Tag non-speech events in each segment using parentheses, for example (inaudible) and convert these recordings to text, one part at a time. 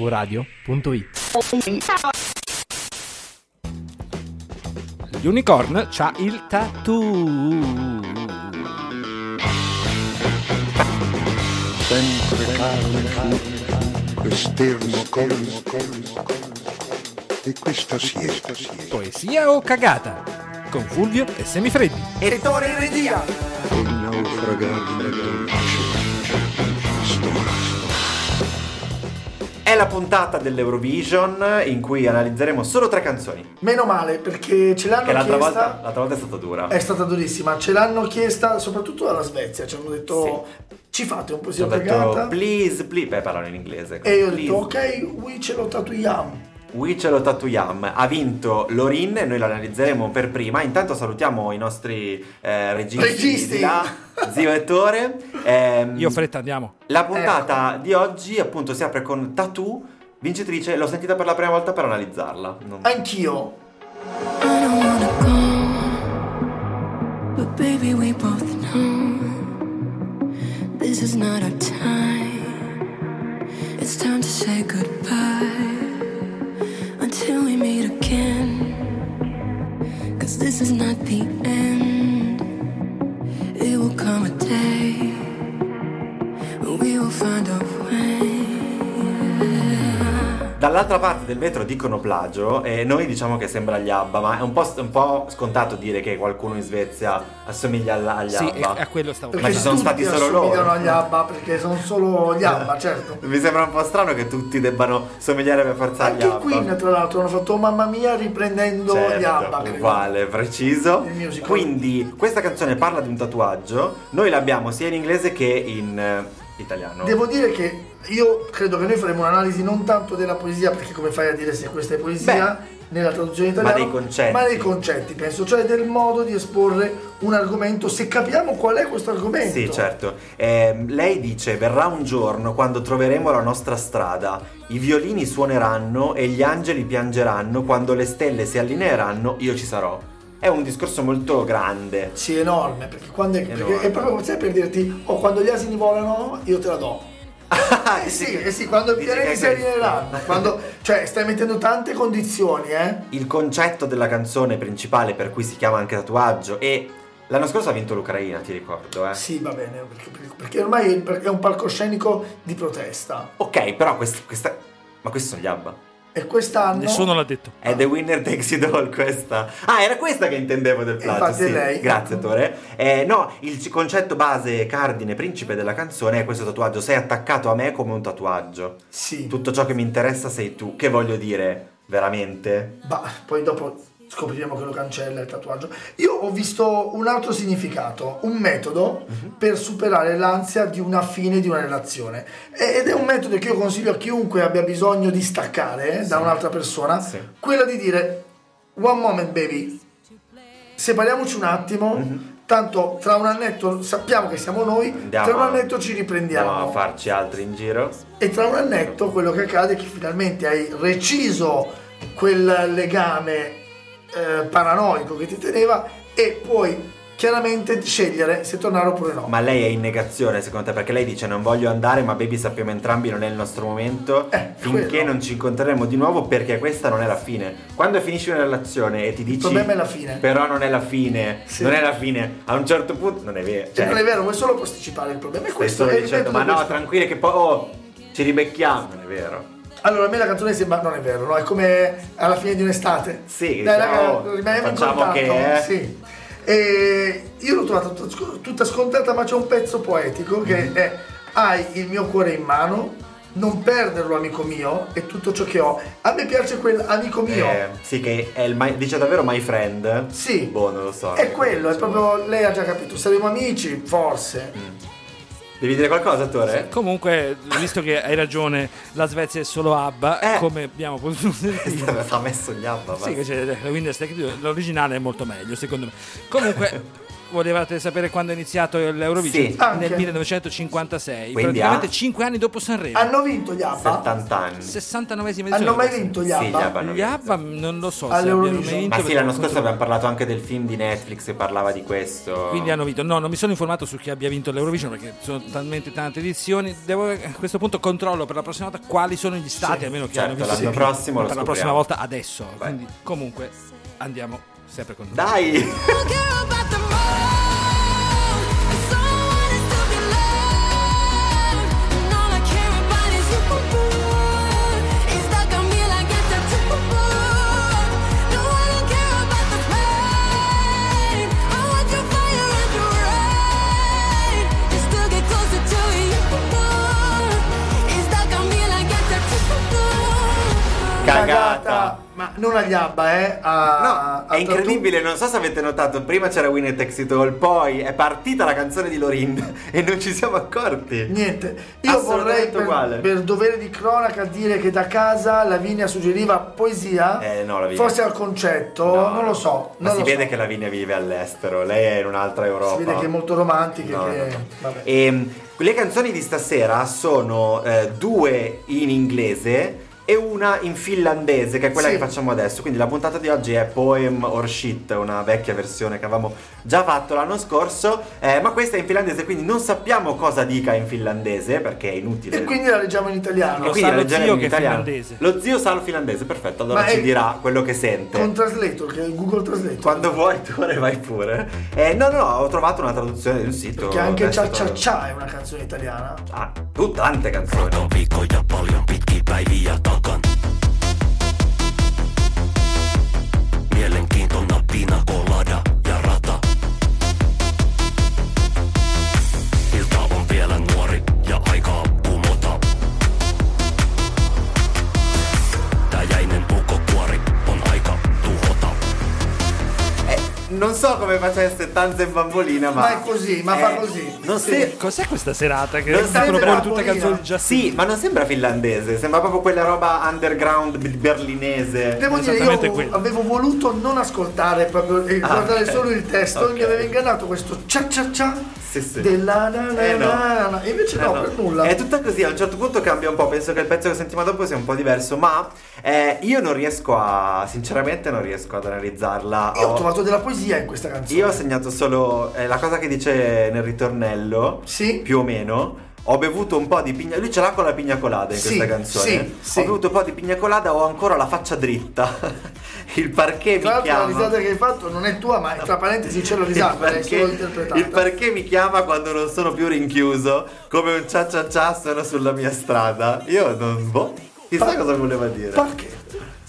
mvradio.it L'unicorn c'ha il tattoo. sempre calmo, esterno colmo, e questa siesta, siesta, Poesia o cagata? Con Fulvio e Semifreddi. il naufragare da È la puntata dell'Eurovision in cui analizzeremo solo tre canzoni. Meno male perché ce l'hanno Che l'altra chiesta. volta, l'altra volta è stata dura. È stata durissima. Ce l'hanno chiesta soprattutto dalla Svezia. Ci hanno detto ci fate un po' Ci ho di detto cagata. please, please. Beh, parlano in inglese. E io ho Please. detto ok, we ce lo tatuiamo. We ce lo tatuiamo. Ha vinto Lorin e noi lo analizzeremo per prima. Intanto salutiamo i nostri eh, registi. Registi. di là, Zio Ettore. Ehm, Io fretta, andiamo. La puntata di oggi appunto si apre con Tattoo, vincitrice. L'ho sentita per la prima volta per analizzarla. Non- Ah, Anch'io. I don't wanna go, but baby, we both know this is not our time. It's time to say goodbye until we meet again. Cause this is not the end. It will come a day when we will find our way. Dall'altra parte del vetro dicono plagio e noi diciamo che sembra gli Abba, ma è un po', un po' scontato dire che qualcuno in Svezia assomiglia alla- agli Sì, e- Abba. eh, ecco. a quello stavo Perché Ma ci sono tutti stati solo loro. Eh, assomigliano agli ABBA perché sono solo gli ABBA, certo. Mi sembra un po' strano che tutti debbano somigliare per forza agli Anche i Abba. Queen, tra l'altro, hanno fatto "Oh, Mamma Mia riprendendo gli Certo, ABBA. credo. uguale, preciso. Il musical. Quindi questa canzone parla di un tatuaggio, noi l'abbiamo sia in inglese che in eh, italiano. Devo dire che io credo che noi faremo un'analisi non tanto della poesia, perché come fai a dire se questa è poesia nella traduzione italiana, dei concetti. ma dei concetti, penso, cioè del modo di esporre un argomento, se capiamo qual è questo argomento. Sì, certo. Ehm, lei dice: Verrà un giorno quando troveremo la nostra strada. I violini suoneranno e gli angeli piangeranno. Quando le stelle si allineeranno, io ci sarò. È un discorso molto grande. Sì, enorme, perché quando è, Enorme. perché è proprio come sai, per dirti, oh, quando gli asini volano io te la (laughs) do. Eh Dici sì, che- eh sì, quando i dici che pianeti è si questo. allineeranno, quando, cioè stai mettendo tante condizioni, eh? Il concetto della canzone principale, per cui si chiama anche tatuaggio, e l'anno scorso ha vinto l'Ucraina, ti ricordo, eh. Sì, va bene, perché, perché ormai è- perché è un palcoscenico di protesta. Ok, però quest- questa. Ma questi sono gli Abba. E quest'anno... Nessuno l'ha detto. È The Winner Takes It All questa. Ah, era questa che intendevo del plagio. Infatti è sì. lei. Grazie, Tore. Eh, no, il c- concetto base, cardine, principe della canzone è questo tatuaggio. Sei attaccato a me come un tatuaggio. Sì. Tutto ciò che mi interessa sei tu. Che voglio dire, veramente? Ma poi dopo scopriremo che lo cancella il tatuaggio. Io ho visto un altro significato, un metodo Mhm. per superare l'ansia di una fine di una relazione. E- Ed è un metodo che io consiglio a chiunque abbia bisogno di staccare eh, da un'altra persona, Sì. quello di dire one moment baby, separiamoci un attimo. Tanto tra un annetto sappiamo che siamo noi, Mhm. Andiamo tra un a- annetto ci riprendiamo. Andiamo a farci altri in giro. E tra un annetto quello che accade è che finalmente hai reciso quel legame eh, paranoico che ti teneva e puoi chiaramente scegliere se tornare oppure no. Ma lei è in negazione, secondo te? Perché lei dice non voglio andare, ma baby sappiamo entrambi non è il nostro momento. Eh, finché quello. non ci incontreremo di nuovo perché questa non è la fine. Quando finisci una relazione e ti dici... Il problema è la fine. Però non è la fine. Sì. Non è la fine. A un certo punto... Non è vero. Cioè, Cioè, non è vero, vuoi solo posticipare il problema. E stai questo solo è il dicendo metodo ma no, questo. tranquilli che poi... Oh, ci ribecchiamo. Non è vero. Allora, a me la canzone sembra non è vero, no? È come alla fine di un'estate. Sì, Dai, diciamo, raga, rimaniamo in facciamo contatto. che, eh. Sì. E io l'ho trovata tutta sc- tutta scontata, ma c'è un pezzo poetico che Mm-hmm. è hai il mio cuore in mano, non perderlo amico mio, è tutto ciò che ho. A me piace quel amico mio. Eh, sì, che è il my- dice davvero my friend. Sì. Boh, non lo so. è quello, è proprio lei ha già capito, saremo amici, forse. Mm. Devi dire qualcosa, Tore? Comunque, visto che hai ragione, la Svezia è solo Abba, Eh. come abbiamo (laughs) potuto (laughs) sentire. Sta messo gli abba. Sì, cioè, cioè, eh, basta. (laughs) che c'è, quindi l'originale è molto meglio, secondo me. Comunque, volevate sapere quando è iniziato l'Eurovision? Sì. Anche. Nel 1956, Quindi praticamente a- 5 anni dopo Sanremo. Hanno vinto gli ABBA? 70 anni. 69esima edizione. Hanno mai dell'Eurovision. vinto gli Sì, gli ABBA? ABBA. vinto? Gli ABBA non lo so se All'Eurovision. abbiano mai vinto. Ma sì, perché l'anno appunto- scorso abbiamo parlato anche del film di Netflix e parlava di questo. Quindi hanno vinto. No, non mi sono informato su chi abbia vinto l'Eurovision perché sono talmente tante edizioni. Devo a questo punto controllo per la prossima volta quali sono gli stati, almeno che certo, hanno vinto. l'anno Sì. prossimo lo per la scopriamo. prossima volta adesso. Beh. Quindi comunque andiamo sempre con Dai! don't care about the mold. If someone is to be loved, and all I care about is you. It's stuck on me like it's a temporary. No, I don't care about the pain. I want your fire and your rain. Just to get closer to you. It's stuck on me like it's a temporary. Cagata! Ma non agli ABBA, eh? A, No, a è incredibile, non so se avete notato, prima c'era Win e Exit All, poi è partita la canzone di Lorin (laughs) e non ci siamo accorti. Niente, io vorrei Assolutamente uguale. per, per dovere di cronaca dire che da casa Lavinia suggeriva poesia, Eh, no, Lavinia. forse al concetto, No, non lo so. Ma non si lo vede so. che la Vigna vive all'estero, lei è in un'altra Europa. Si vede che è molto romantica. No, che- no, no. vabbè. Ehm, le canzoni di stasera sono eh, due in inglese e una in finlandese, che è quella Sì. che facciamo adesso. Quindi la puntata di oggi è Poem or Shit, una vecchia versione che avevamo già fatto l'anno scorso, eh, ma questa è in finlandese, quindi non sappiamo cosa dica in finlandese, perché è inutile. E quindi la leggiamo in italiano. Lo Quindi sa la lo leggeremo zio in che è italiano. finlandese. Lo zio sa il finlandese, perfetto, allora Ma ci è- dirà quello che sente. Con Translator, che è Google Translator. Quando vuoi tu ora vai pure. Eh, no, no, no, ho trovato una traduzione di un sito. Che anche adesso Cia Cia trovo. Cia è una canzone italiana. Ah, tu tante canzoni. viikkoja paljon pitkiä päiviä takan. Mielenkiintona pina colada ja rata. Ilta on vielä nuori ja aikaa kumota. Tää jäinen pukokuori on aika tuhota. Non so come facesse Tanza in bambolina, ma. Ma è così, ma fa Eh, così. Non Sì. se- Cos'è questa serata che Non sembra propone tutte Napolina. canzoni già Sì, ma non sembra finlandese, sembra proprio quella roba underground b- berlinese. Devo dire, io Esattamente quello. avevo voluto non ascoltare proprio e guardare Ah, ok. solo il testo Ok. e mi aveva ingannato questo cia cia cia Sì, sì. della na na Eh, no. na na. E invece Eh, no, no. per nulla. È tutta così, a un certo punto cambia un po'. Penso che il pezzo che sentiamo dopo sia un po' diverso, ma eh, io non riesco a. Sinceramente, non riesco ad analizzarla. Io ho Ho- trovato della poesia in questa canzone. Io ho segnato solo eh, la cosa che dice nel ritornello, Sì. più o meno. Ho bevuto un po' di pigna. Lui ce l'ha con la pigna colada in Sì, questa canzone. sì, sì. Ho bevuto un po' di pigna colada, ho ancora la faccia dritta. (laughs) Il parquet mi Tra l'altro la chiama. risata che hai fatto non è tua, ma tra parentesi c'è la Il risata, l'hai solo perché, interpretata. il perché mi chiama quando non sono più rinchiuso come un cia cia cia sono sulla mia strada io non boh chissà Pa- cosa voleva dire Perché?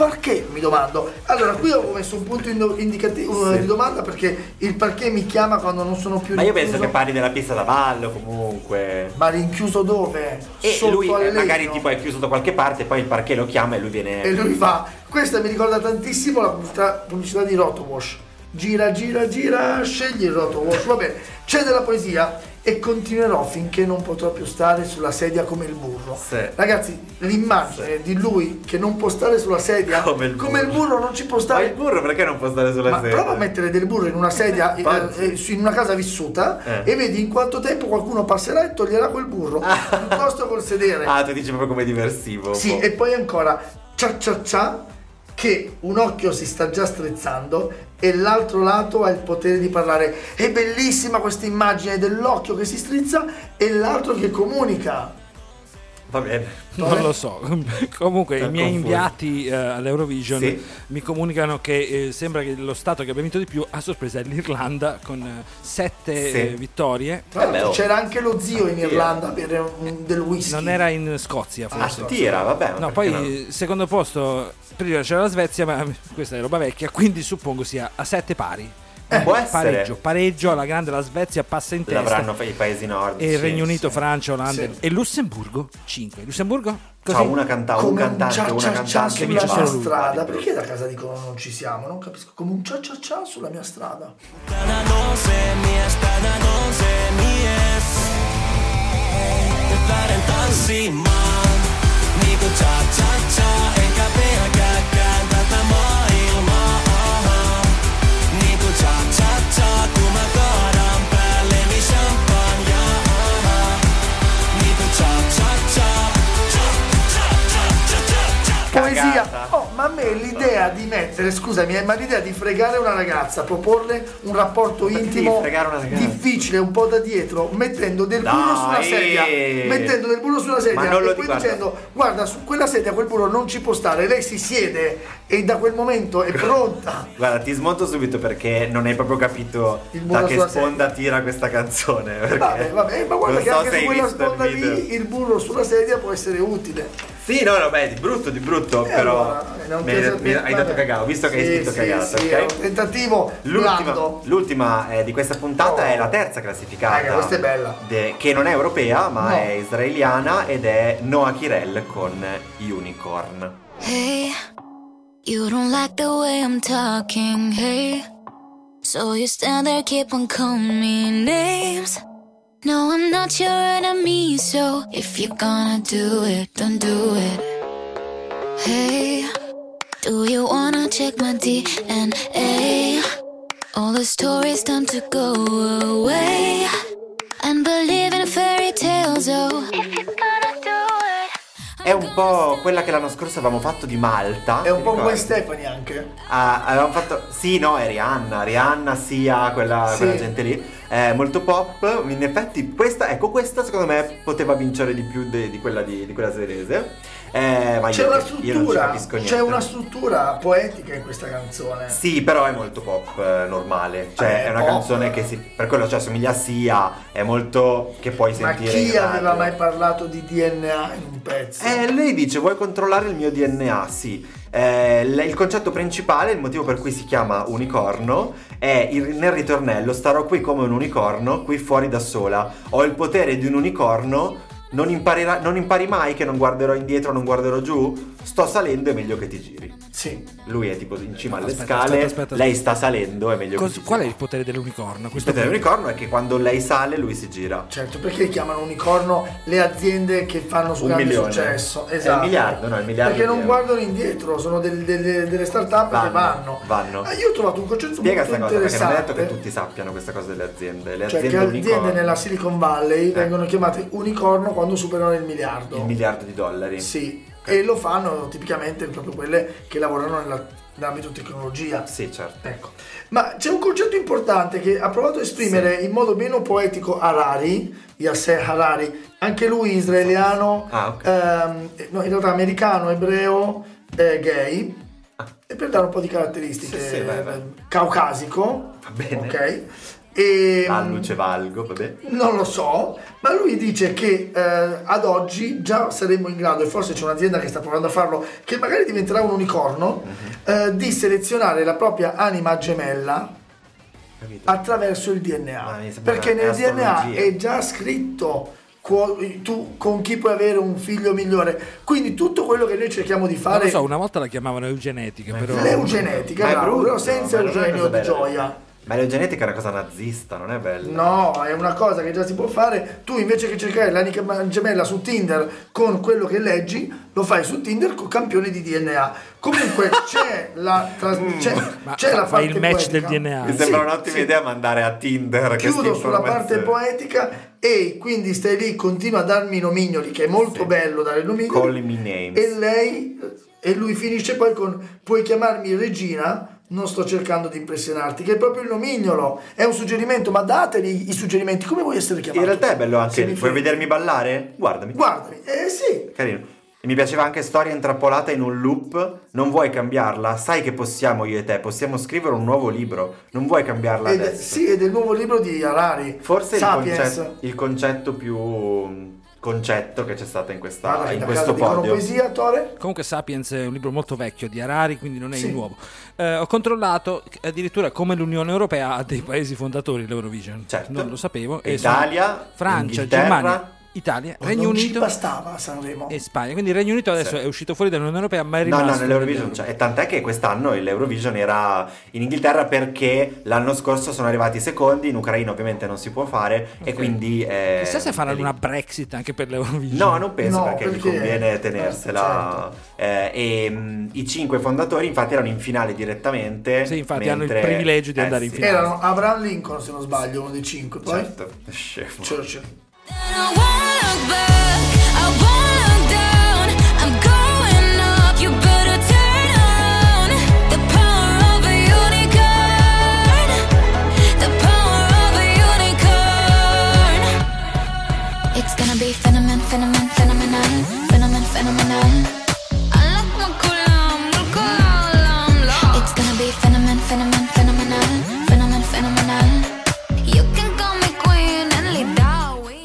Perché mi domando? Allora, qui ho messo un punto indo- indicativo Sì. di domanda perché il perché mi chiama quando non sono più ma io penso rinchiuso. che parli della pista da ballo comunque Ma rinchiuso dove? e Sotto lui al eh, magari legno? tipo è chiuso da qualche parte poi il parquet lo chiama e lui viene E lui fa. Questa mi ricorda tantissimo la pubblicità, pubblicità di Rotowash. Gira, gira, gira, scegli il Rotowash. Vabbè, c'è della poesia e continuerò finché non potrò più stare sulla sedia come il burro. Sì. Ragazzi, l'immagine di lui che non può stare sulla (laughs) sedia Come il burro. non ci può Ma stare. il burro perché non può stare sulla Ma sedia? prova a mettere del burro in una sedia, eh, (laughs) Infatti. eh, su- in una casa vissuta, Eh. e vedi in quanto tempo qualcuno passerà e toglierà (laughs) quel burro piuttosto col sedere. Ah, tu dici proprio come diversivo. boh. un Sì, po'. e poi ancora cia cia cia che un occhio si sta già strizzando e l'altro lato ha il potere di parlare. È bellissima questa immagine dell'occhio che si strizza e l'altro che comunica. Va bene. Non lo so. (laughs) Comunque, i Sono miei confuso. inviati eh, all'Eurovision Sì. mi comunicano che eh, sembra che lo stato che abbia vinto di più a sorpresa è l'Irlanda con eh, sette Sì. eh, vittorie. Tra l'altro beh, oh. c'era anche lo zio in Sì, eh. Irlanda a bere un- del whisky. Non era in Scozia, Ah, forse. tira, vabbè. ma No, perché poi secondo posto, prima c'era la Svezia, ma (laughs) questa è roba vecchia, quindi suppongo sia a sette pari. Eh, può essere. pareggio, pareggio, alla grande la Svezia passa in L'avranno testa. fa- i paesi nordici. E il Regno Unito, fra. Francia, Olanda Sì. e Lussemburgo 5. Lussemburgo? Così? C'ha una canta- un come un cantante, cia una cia cantante cia che sulla vince mia solo lui. strada. Vale, Perché da casa dicono non ci siamo? Non capisco. Come un cia cia cia sulla mia strada. Tänään on se mies, tänään on se mies. Nyt lähden tanssimaan, niin kuin cha cha cha. Enkä pelkääkään tätä maailmaa, aha. Niin kuin cha cha cha, kun mä kaadan. Poesia. cagata. Oh, ma a me l'idea di mettere, scusami, eh, ma l'idea di fregare una ragazza, proporle un rapporto perché devi intimo fregare una ragazza? difficile, un po' da dietro, mettendo del Dai. burro sulla sedia, mettendo del burro sulla sedia Ma non lo e poi dico, guarda. dicendo "Guarda, su quella sedia quel burro non ci può stare". Lei si siede e da quel momento è pronta. Guarda, ti smonto subito perché non hai proprio capito Il da burro che sulla sponda tira questa canzone. Perché Vabbè, vabbè, ma guarda non che so se anche hai su quella visto il sponda video. lì il burro sulla sedia può essere utile. Sì, no, no, beh, di brutto, di brutto, però Eh, allora, non mi ti hai, so- mi hai vabbè. dato cagata, visto che hai Sì, scritto sì, cagata, sì, è ok? un tentativo L'ultima, blando. l'ultima, eh, di questa puntata Oh. è la terza classificata. Raga, questa è bella. de- che non è europea, ma No. è israeliana ed è Noah Kirel con Unicorn. Hey, you don't like the way I'm talking, hey. So you stand there, keep on calling me names. No, I'm not your enemy, so if you're gonna do it, don't do it. Hey, do you wanna check my DNA? All the stories time to go away. And believe in fairy tales, oh. If you're gonna do it. È un po' quella che l'anno scorso avevamo fatto di Malta. È un ti po' ricordi? Gwen Stefani anche. Ah, avevamo fatto. Sì, no, è Rihanna. Rihanna, Sia, quella, Sì. quella gente lì. È molto pop. In effetti, questa, ecco, questa secondo me poteva vincere di più de- di quella di, di quella svedese. Eh, ma C'è io, io una non ci struttura, capisco niente. c'è una struttura poetica in questa canzone. Sì, però è molto pop eh, normale. Cioè, Vabbè, è una Ah, pop. canzone che si. Per quello cioè, somiglia a Sia, è molto. che puoi Ma sentire. in chi radio. aveva mai parlato di DNA in un pezzo? Eh, lei dice: Vuoi controllare il mio DNA? Sì. Eh, l- il concetto principale, il motivo per cui si chiama unicorno, è il- nel ritornello: Starò qui come un unicorno, qui fuori da sola. Ho il potere di un unicorno. Non, imparerà- non impari mai che non guarderò indietro, non guarderò giù. Sto salendo, è meglio che ti giri. Sì. Lui è tipo in cima alle Aspetta, scale. aspetta, aspetta, Lei sta salendo, è meglio che ti Cos- giri. qual è il potere dell'unicorno? a Il Questo potere punto? dell'unicorno è che quando lei sale, lui si gira. Certo, perché chiamano unicorno le aziende che fanno su Un grande milione. successo? È il Esatto. miliardo, no? Il miliardo Perché di non euro. guardano indietro, sono del- delle, delle start-up che Vanno, vanno. vanno. Ah, io ho trovato un concetto Spiega questa cosa, perché molto non è detto interessante. che tutti sappiano questa cosa delle aziende. Le cioè, aziende che aziende unicorno. nella Silicon Valley vengono chiamate unicorno quando superano il miliardo. il miliardo di dollari. Sì, e lo fanno tipicamente proprio quelle che lavorano nella- nell'ambito tecnologia. Sì, certo. Ecco. Ma c'è un concetto importante che ha provato a esprimere in modo meno poetico Harari, Yasser Harari, anche lui israeliano, Ah, ok. ehm, no, in realtà americano, ebreo, eh, gay, e per dare un po' di caratteristiche, Ah. ehm, Sì, sì, vai, vai. caucasico, Va bene. ok? E, Alluce valgo, vabbè. non lo so, ma lui dice che eh, ad oggi già saremmo in grado, e forse c'è un'azienda che sta provando a farlo, che magari diventerà un unicorno, Mhm. eh, di selezionare la propria anima gemella Capito? attraverso il Ah, DNA. mi sembra Perché una- nel è DNA astrologia. è già scritto quo- tu con chi puoi avere un figlio migliore. Quindi tutto quello che noi cerchiamo di Non lo fare so, una volta la chiamavano eugenetica, Eh. però... l'eugenetica, Ma è bravo, brutto, però senza ma non è una cosa Eugenio di bella. gioia. Ma l'eugenetica è una cosa nazista, non è bella. No, è una cosa che già si può fare. Tu invece che cercare l'anima gemella su Tinder con quello che leggi, lo fai su Tinder con campione di DNA. (laughs) Comunque c'è la, tra- c'è, Ma- c'è Mm. la ma parte il match poetica. del DNA. Mi sembra Sì, un'ottima sì. idea mandare a Tinder. Chiudo queste sulla parte informazioni. poetica e quindi stai lì, continua a darmi i nomignoli, che è molto Sì. bello dare i nomignoli. Call me names. E lei e lui finisce poi con puoi chiamarmi Regina. Non sto cercando di impressionarti, che è proprio il nomignolo, è un suggerimento, ma dateli i suggerimenti, come vuoi essere chiamato? In realtà è bello anche. Se mi Vuoi fai- vedermi ballare? Guardami. Guardami, eh sì, Carino. E Mi piaceva anche storia intrappolata in un loop. Non vuoi cambiarla? Sai che possiamo io e te, possiamo scrivere un nuovo libro. Non vuoi cambiarla ed, adesso. sì, è del nuovo libro di Harari. Forse il Sapiens. concetto, il concetto più mh, concetto che c'è stato in, questa- Guarda che in da questo casa dicono podio. poesia, Tore? Comunque Sapiens è un libro molto vecchio di Harari, quindi non è Sì. nuovo. Eh, ho controllato addirittura come l'Unione Europea ha dei paesi fondatori l'Eurovision. Certo. Non lo sapevo. sono Italia, Francia, Inghilterra. Germania, Italia, Regno non ci Unito bastava Sanremo. e Spagna. Quindi il Regno Unito adesso Sì. è uscito fuori dall'Unione Europea, ma è No, rimasto. no, nell'Eurovision nell'Euro. c'è. E tant'è che quest'anno l'Eurovision era in Inghilterra perché l'anno scorso sono arrivati i secondi, in Ucraina ovviamente non si può fare e quindi... eh, Chissà se è faranno lì. una Brexit anche per l'Eurovision. No, non penso No, perché, gli perché- certo. conviene tenersela. Eh, e, mh, I cinque fondatori infatti erano in finale direttamente. Sì, infatti, mentre- eh, hanno il privilegio di andare in finale. Erano Abraham Lincoln, se non sbaglio, uno dei cinque, poi Certo, scemo. Churchill. I won't look back, I won't look down. I'm going up, you better Phenomen, phenomen, phenomenon. Phenomen, phenomenon. It's gonna be phenomen, phenomen, phenomenon. Phenomen, phenomenon. You can call me queen and lead the way.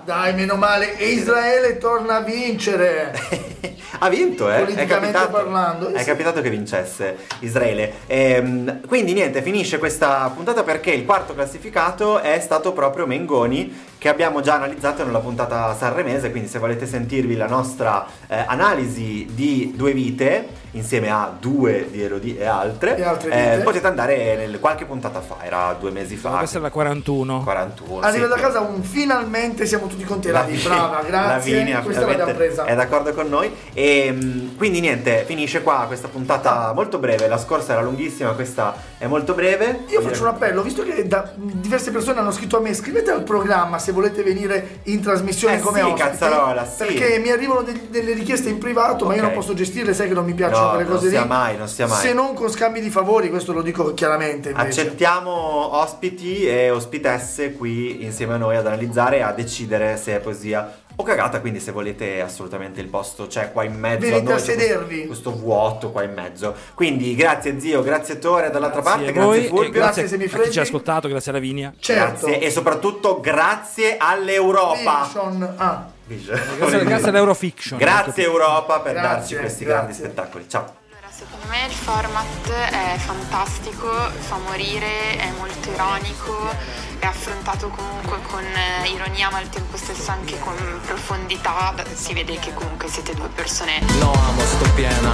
Poesia. Dai, meno male. E Israele torna a vincere. ha vinto, eh? È Politicamente capitato, parlando, eh è sì. capitato che vincesse Israele. Ehm, quindi niente, finisce questa puntata perché il quarto classificato è stato proprio Mengoni, che abbiamo già analizzato nella puntata sanremese, quindi se volete sentirvi la nostra eh, analisi di due vite, insieme a due di Elodie e altre, E altre eh, vite. potete andare nel qualche puntata fa, era due mesi fa. Questa è la 41. 41. Arriva sì. da casa un finalmente siamo tutti con te. Lavi, Lavinia- (laughs) brava, grazie. Lavinia Questa l'abbiamo finalmente presa. È d'accordo con noi. E mh, quindi niente, finisce qua questa puntata molto breve. La scorsa era lunghissima, questa è molto breve. Io faccio un appello, visto che da- diverse persone hanno scritto a me, scrivete al programma se volete venire in trasmissione Eh come sì, ospiti, cazzarola, sì. Perché mi arrivano de- delle richieste in privato, ma io Ok. non posso gestirle, sai che non mi piacciono No, quelle non cose sia lì. mai, non sia mai. Se non con scambi di favori, questo lo dico chiaramente invece. Accettiamo ospiti e ospitesse qui insieme a noi ad analizzare e a decidere se è poesia o cagata. Quindi, se volete, assolutamente il posto c'è qua in mezzo. Venite noi, a c'è sedervi. Questo vuoto qua in mezzo. Quindi, grazie, zio, grazie, Tore, dall'altra Grazie parte. a voi Grazie, e Fulvio. grazie, Grazie, a chi ci Semifreddi. ha ascoltato, grazie a Lavinia. Certo. Grazie e soprattutto grazie all'Europa. Vision, ah. Vision. Grazie, grazie all'Eurofiction. Grazie Europa per Grazie, darci questi grazie. grandi spettacoli. Ciao. Allora, secondo me il format è fantastico, fa morire, è molto ironico, è affrontato comunque con eh, ironia ma al tempo stesso anche con profondità, si vede che comunque siete due persone No, amo, sto piena.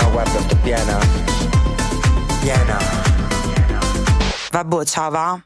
No, guarda, sto piena. Piena. Vabbè, ciao va.